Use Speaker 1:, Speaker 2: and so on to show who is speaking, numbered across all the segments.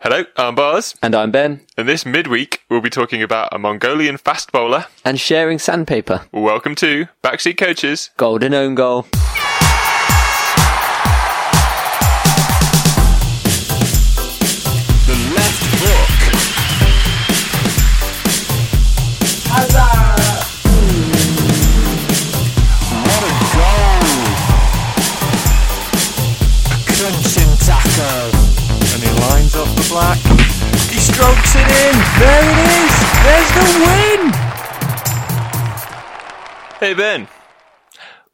Speaker 1: Hello, I'm Bars,
Speaker 2: And I'm Ben,
Speaker 1: and this midweek we'll be talking about a Mongolian fast bowler.
Speaker 2: and sharing sandpaper.
Speaker 1: Welcome to Backseat Coaches.
Speaker 2: Golden own goal.
Speaker 1: The left hook.
Speaker 3: What a goal! A crunching tackle. And he lines up the black. He strokes it in. There it is. There's the win.
Speaker 1: Hey Ben,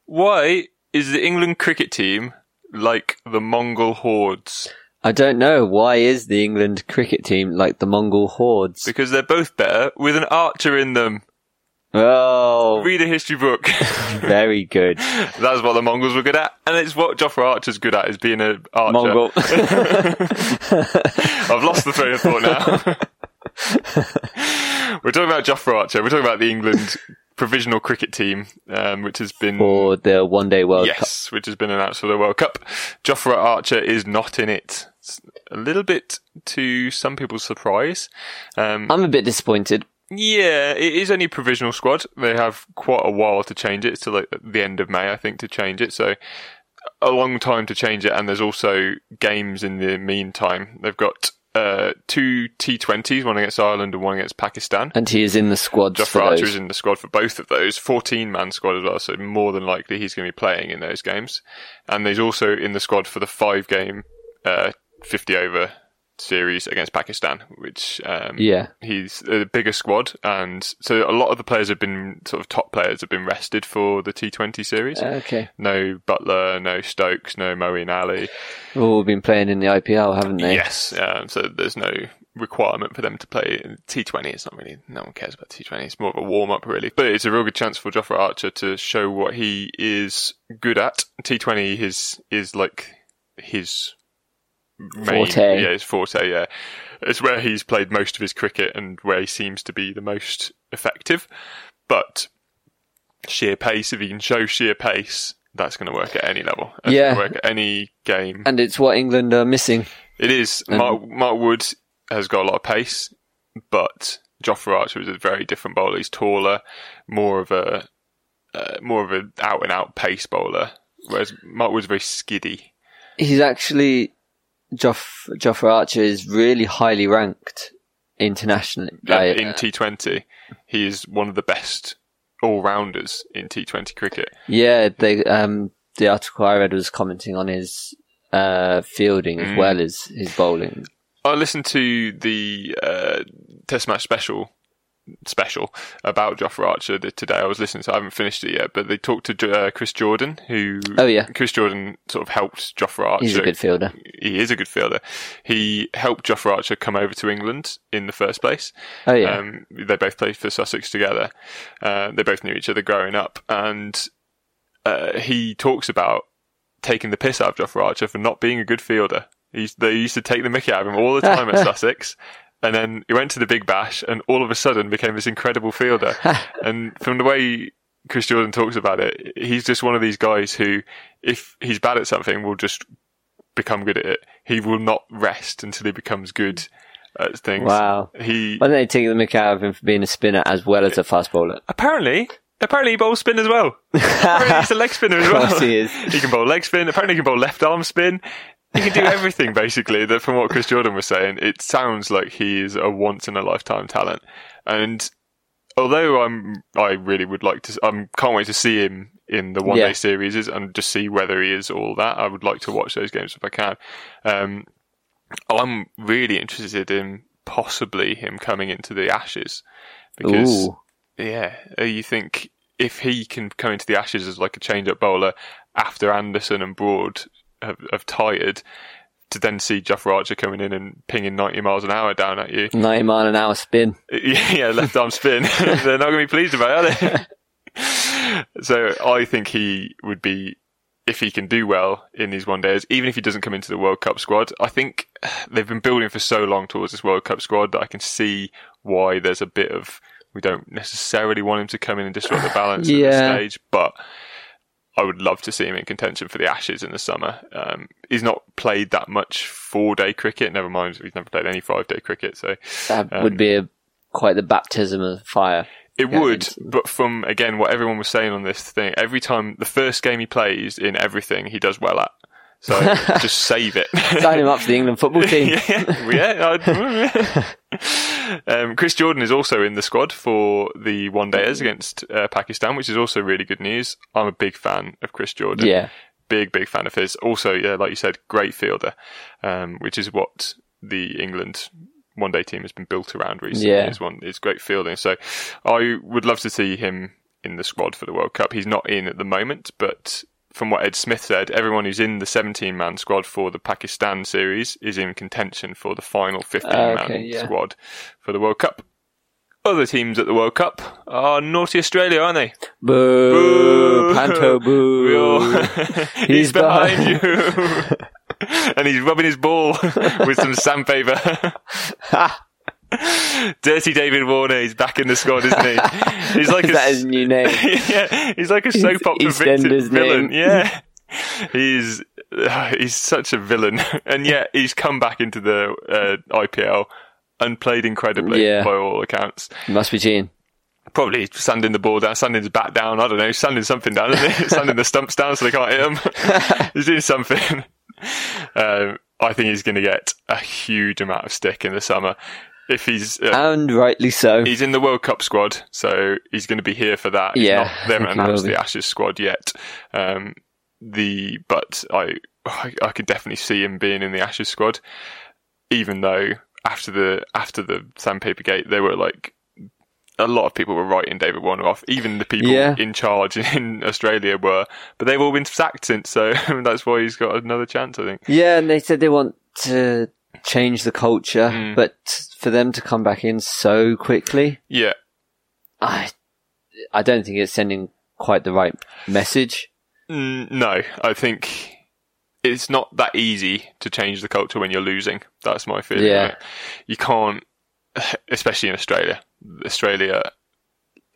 Speaker 1: why is the England cricket team like the Mongol hordes?
Speaker 2: I don't know. Why is the England cricket team like the Mongol hordes?
Speaker 1: Because they're both better with an archer in them.
Speaker 2: Oh,
Speaker 1: Read a history book.
Speaker 2: very good.
Speaker 1: That's what the Mongols were good at, and it's what Joffrey Archer's good at is being an archer.
Speaker 2: Mongol.
Speaker 1: I've lost the train of thought now. we're talking about Joffrey Archer. We're talking about the England provisional cricket team, um, which has been
Speaker 2: For the one day World Cup.
Speaker 1: yes, which has been announced for the World Cup. Joffrey Archer is not in it. It's a little bit to some people's surprise. Um,
Speaker 2: I'm a bit disappointed.
Speaker 1: yeah, it is only provisional squad. They have quite a while to change it. It's till like the end of May, I think, to change it. So a long time to change it. And there's also games in the meantime. They've got uh, two T20s, one against Ireland and one against Pakistan.
Speaker 2: And he is in the squads
Speaker 1: Joffre
Speaker 2: for
Speaker 1: Archer
Speaker 2: those.
Speaker 1: is in the squad for both of those, 14 man squad as well, so more than likely he's going to be playing in those games. And he's also in the squad for the five game, uh, 50 over series against Pakistan, which, um,
Speaker 2: Yeah.
Speaker 1: he's a bigger squad. And so a lot of the players have been, sort of top players have been rested for the T20 series.
Speaker 2: Okay.
Speaker 1: no Butler, no Stokes, no Moeen Ali.
Speaker 2: We've all been playing in the IPL, haven't they?
Speaker 1: Yes, um, so there's no requirement for them to play T20. It's not really no one cares about T20. It's more of a warm up really, but it's a real good chance for Joffrey Archer to show what he is good at. T20 is is like his main,
Speaker 2: Forte.
Speaker 1: Yeah, his forte. Yeah, it's where he's played most of his cricket and where he seems to be the most effective. But sheer pace, if he can show sheer pace. That's going to work at any level. That's gonna
Speaker 2: Yeah.
Speaker 1: work at any game.
Speaker 2: And it's what England are missing.
Speaker 1: It is. Mark, Mark Wood has got a lot of pace, but Joffrey Archer is a very different bowler. He's taller, more of a uh, more of an out and out pace bowler, whereas Mark Wood's very skiddy.
Speaker 2: He's actually, Joff, Joffrey Archer is really highly ranked internationally. Like,
Speaker 1: And in T20, he is one of the best all rounders in T20 cricket.
Speaker 2: Yeah, they um the article I read was commenting on his uh fielding
Speaker 1: Mm.
Speaker 2: as well as his bowling.
Speaker 1: I listened to the uh, Test Match Special special about Joffrey Archer th- today. I was listening, so I haven't finished it yet. But they talked to Jo- uh, Chris Jordan, who
Speaker 2: Oh, yeah.
Speaker 1: Chris Jordan sort of helped Joffrey Archer.
Speaker 2: He's a good fielder.
Speaker 1: he is a good fielder. He helped Joffrey Archer come over to England in the first place.
Speaker 2: Oh yeah.
Speaker 1: Um, they both played for Sussex together. Uh, they both knew each other growing up, and uh, he talks about taking the piss out of Joffrey Archer for not being a good fielder. He, they used to take the mickey out of him all the time at Sussex. And then he went to the Big Bash and all of a sudden became this incredible fielder. and from the way Chris Jordan talks about it, he's just one of these guys who, if he's bad at something, will just become good at it. He will not rest until he becomes good at things.
Speaker 2: wow.
Speaker 1: He
Speaker 2: Why don't they take the mick out of him for being a spinner as well as a fast bowler?
Speaker 1: apparently apparently he bowls spin as well. apparently he's a leg spinner as well.
Speaker 2: course he is.
Speaker 1: He can bowl leg spin. Apparently he can bowl left arm spin. He can do everything basically. That from what Chris Jordan was saying, it sounds like he is a once in a lifetime talent. And although I'm, I really would like to. I'm can't wait to see him in the one
Speaker 2: Yeah.
Speaker 1: day series and just see whether he is all that. I would like to watch those games if I can. Um, I'm really interested in possibly him coming into the Ashes because
Speaker 2: Ooh.
Speaker 1: yeah, uh, you think if he can come into the Ashes as like a change-up bowler after Anderson and Broad have, have tired, to then see Jeffrey Archer coming in and pinging 90 miles an hour down at you,
Speaker 2: Ninety mile an hour spin.
Speaker 1: yeah, left arm spin, they're not going to be pleased about it, are they? so I think he would be, if he can do well in these one days, even if he doesn't come into the World Cup squad, I think they've been building for so long towards this World Cup squad that I can see why there's a bit of we don't necessarily want him to come in and disrupt the balance at
Speaker 2: Yeah.
Speaker 1: this stage, but I would love to see him in contention for the Ashes in the summer. Um, he's not played that much four day cricket, never mind, he's never played any five day cricket. So
Speaker 2: That
Speaker 1: Um,
Speaker 2: would be a, quite the baptism of fire.
Speaker 1: it
Speaker 2: Yeah,
Speaker 1: would,
Speaker 2: it's-
Speaker 1: but from again what everyone was saying on this thing, every time the first game he plays in everything, he does well at. So just save it.
Speaker 2: Sign him up for the England football team.
Speaker 1: yeah, yeah. I'd- um, Chris Jordan is also in the squad for the one days against uh, Pakistan, which is also really good news. I'm a big fan of Chris Jordan.
Speaker 2: Yeah.
Speaker 1: big big fan of his. Also, yeah, like you said, great fielder, um, which is what the England one day team has been built around recently.
Speaker 2: Yeah.
Speaker 1: Is one is great fielding. So I would love to see him in the squad for the World Cup. He's not in at the moment, but from what Ed Smith said, everyone who's in the 17 man squad for the Pakistan series is in contention for the final 15 man
Speaker 2: Ah, okay, yeah.
Speaker 1: squad for the World Cup. Other teams at the World Cup are naughty Australia, aren't they?
Speaker 2: Boo,
Speaker 1: Boo.
Speaker 2: Panto
Speaker 1: We all-
Speaker 2: boo.
Speaker 1: he's,
Speaker 2: He's
Speaker 1: behind,
Speaker 2: behind.
Speaker 1: you. and he's rubbing his ball with some sandpaper. Dirty David Warner, he's back in the squad, isn't he? He's like
Speaker 2: Is
Speaker 1: a,
Speaker 2: that his new name?
Speaker 1: yeah, he's like a soap opera
Speaker 2: EastEnders
Speaker 1: victim, villain.
Speaker 2: name.
Speaker 1: Yeah, he's uh, he's such a villain, and yet he's come back into the uh, IPL and played incredibly
Speaker 2: Yeah.
Speaker 1: by all accounts
Speaker 2: Must be Gene.
Speaker 1: probably sanding the ball down, sanding his back down. I don't know, sanding something down, isn't it? sanding the stumps down so they can't hit him. he's doing something. Um, I think he's going to get a huge amount of stick in the summer. If he's uh,
Speaker 2: And rightly so.
Speaker 1: he's in the World Cup squad, so he's going to be here for that. He's
Speaker 2: Yeah,
Speaker 1: not-
Speaker 2: I
Speaker 1: they
Speaker 2: think
Speaker 1: haven't
Speaker 2: he will
Speaker 1: announced
Speaker 2: be.
Speaker 1: the Ashes squad yet. Um, the but I, I I could definitely see him being in the Ashes squad, even though after the after the sandpaper gate, they were like. A lot of people were writing David Warner off. Even the people
Speaker 2: Yeah.
Speaker 1: in charge in Australia were, but they've all been sacked since. So that's why he's got another chance, I think.
Speaker 2: Yeah, and they said they want to change the culture,
Speaker 1: Mm.
Speaker 2: but for them to come back in so quickly,
Speaker 1: Yeah,
Speaker 2: I, I don't think it's sending quite the right message.
Speaker 1: Mm, no, I think it's not that easy to change the culture when you're losing. That's my feeling.
Speaker 2: Yeah.
Speaker 1: on it. You can't, especially in Australia. Australia,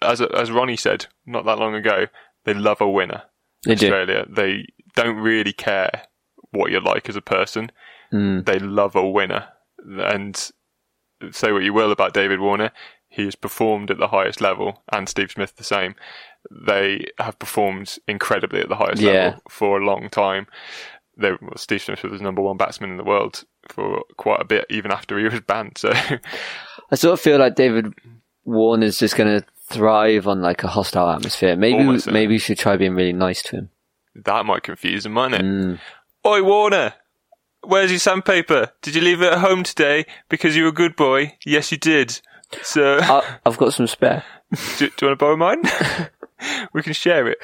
Speaker 1: as as Ronnie said not that long ago, they love a winner.
Speaker 2: They do.
Speaker 1: Australia, they don't really care what you're like as a person.
Speaker 2: Mm.
Speaker 1: They love a winner, and say what you will about David Warner, he has performed at the highest level, and Steve Smith the same. They have performed incredibly at the highest
Speaker 2: Yeah.
Speaker 1: level for a long time. They, well, Steve Smith was the number one batsman in the world for quite a bit, even after he was banned. So,
Speaker 2: I sort of feel like David Warner's just going to thrive on like a hostile atmosphere. Maybe
Speaker 1: Almost, yeah.
Speaker 2: maybe you should try being really nice to him.
Speaker 1: that might confuse him, mightn't it?
Speaker 2: Mm.
Speaker 1: Oi, Warner! Where's your sandpaper? Did you leave it at home today? Because you're a good boy. Yes, you did. So,
Speaker 2: I, I've got some spare.
Speaker 1: do, do you want to borrow mine? we can share it.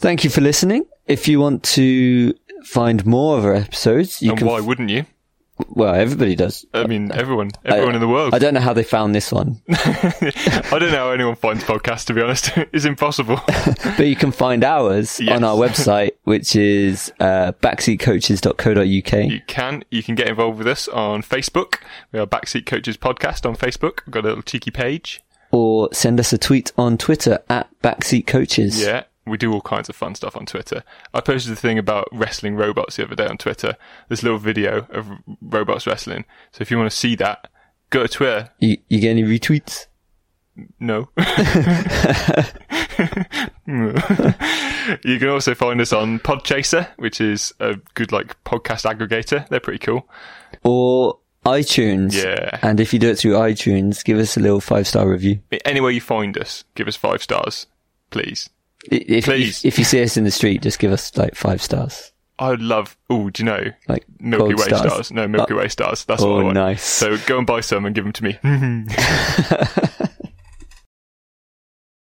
Speaker 2: Thank you for listening. If you want to find more of our episodes, you
Speaker 1: and
Speaker 2: can.
Speaker 1: why wouldn't you?
Speaker 2: Well, everybody does.
Speaker 1: I mean, everyone, everyone in the world.
Speaker 2: I don't know how they found this one,
Speaker 1: I don't know how anyone finds podcasts. To be honest, it's impossible.
Speaker 2: but you can find ours
Speaker 1: Yes.
Speaker 2: on our website, which is uh, backseatcoaches.co.uk.
Speaker 1: you can you can get involved with us on Facebook. We are Backseat Coaches Podcast on Facebook. We've got a little cheeky page.
Speaker 2: Or send us a tweet on Twitter at backseatcoaches.
Speaker 1: Yeah, we do all kinds of fun stuff on Twitter. I posted a thing about wrestling robots the other day on Twitter. This little video of r- robots wrestling. So if you want to see that, go to Twitter.
Speaker 2: You, you get any retweets?
Speaker 1: No. you can also find us on Podchaser, which is a good like podcast aggregator. They're pretty cool.
Speaker 2: Or iTunes.
Speaker 1: Yeah.
Speaker 2: And if you do it through iTunes, give us a little five star review.
Speaker 1: anywhere you find us, give us five stars, please.
Speaker 2: I- If,
Speaker 1: Please.
Speaker 2: If, if you see us in the street, just give us like five stars.
Speaker 1: I would love. Oh, do you know
Speaker 2: Like
Speaker 1: Milky
Speaker 2: gold
Speaker 1: Way stars. Uh,
Speaker 2: stars.
Speaker 1: No, Milky Way stars. That's what I
Speaker 2: Oh,
Speaker 1: want.
Speaker 2: nice.
Speaker 1: So go and buy some and give them to me.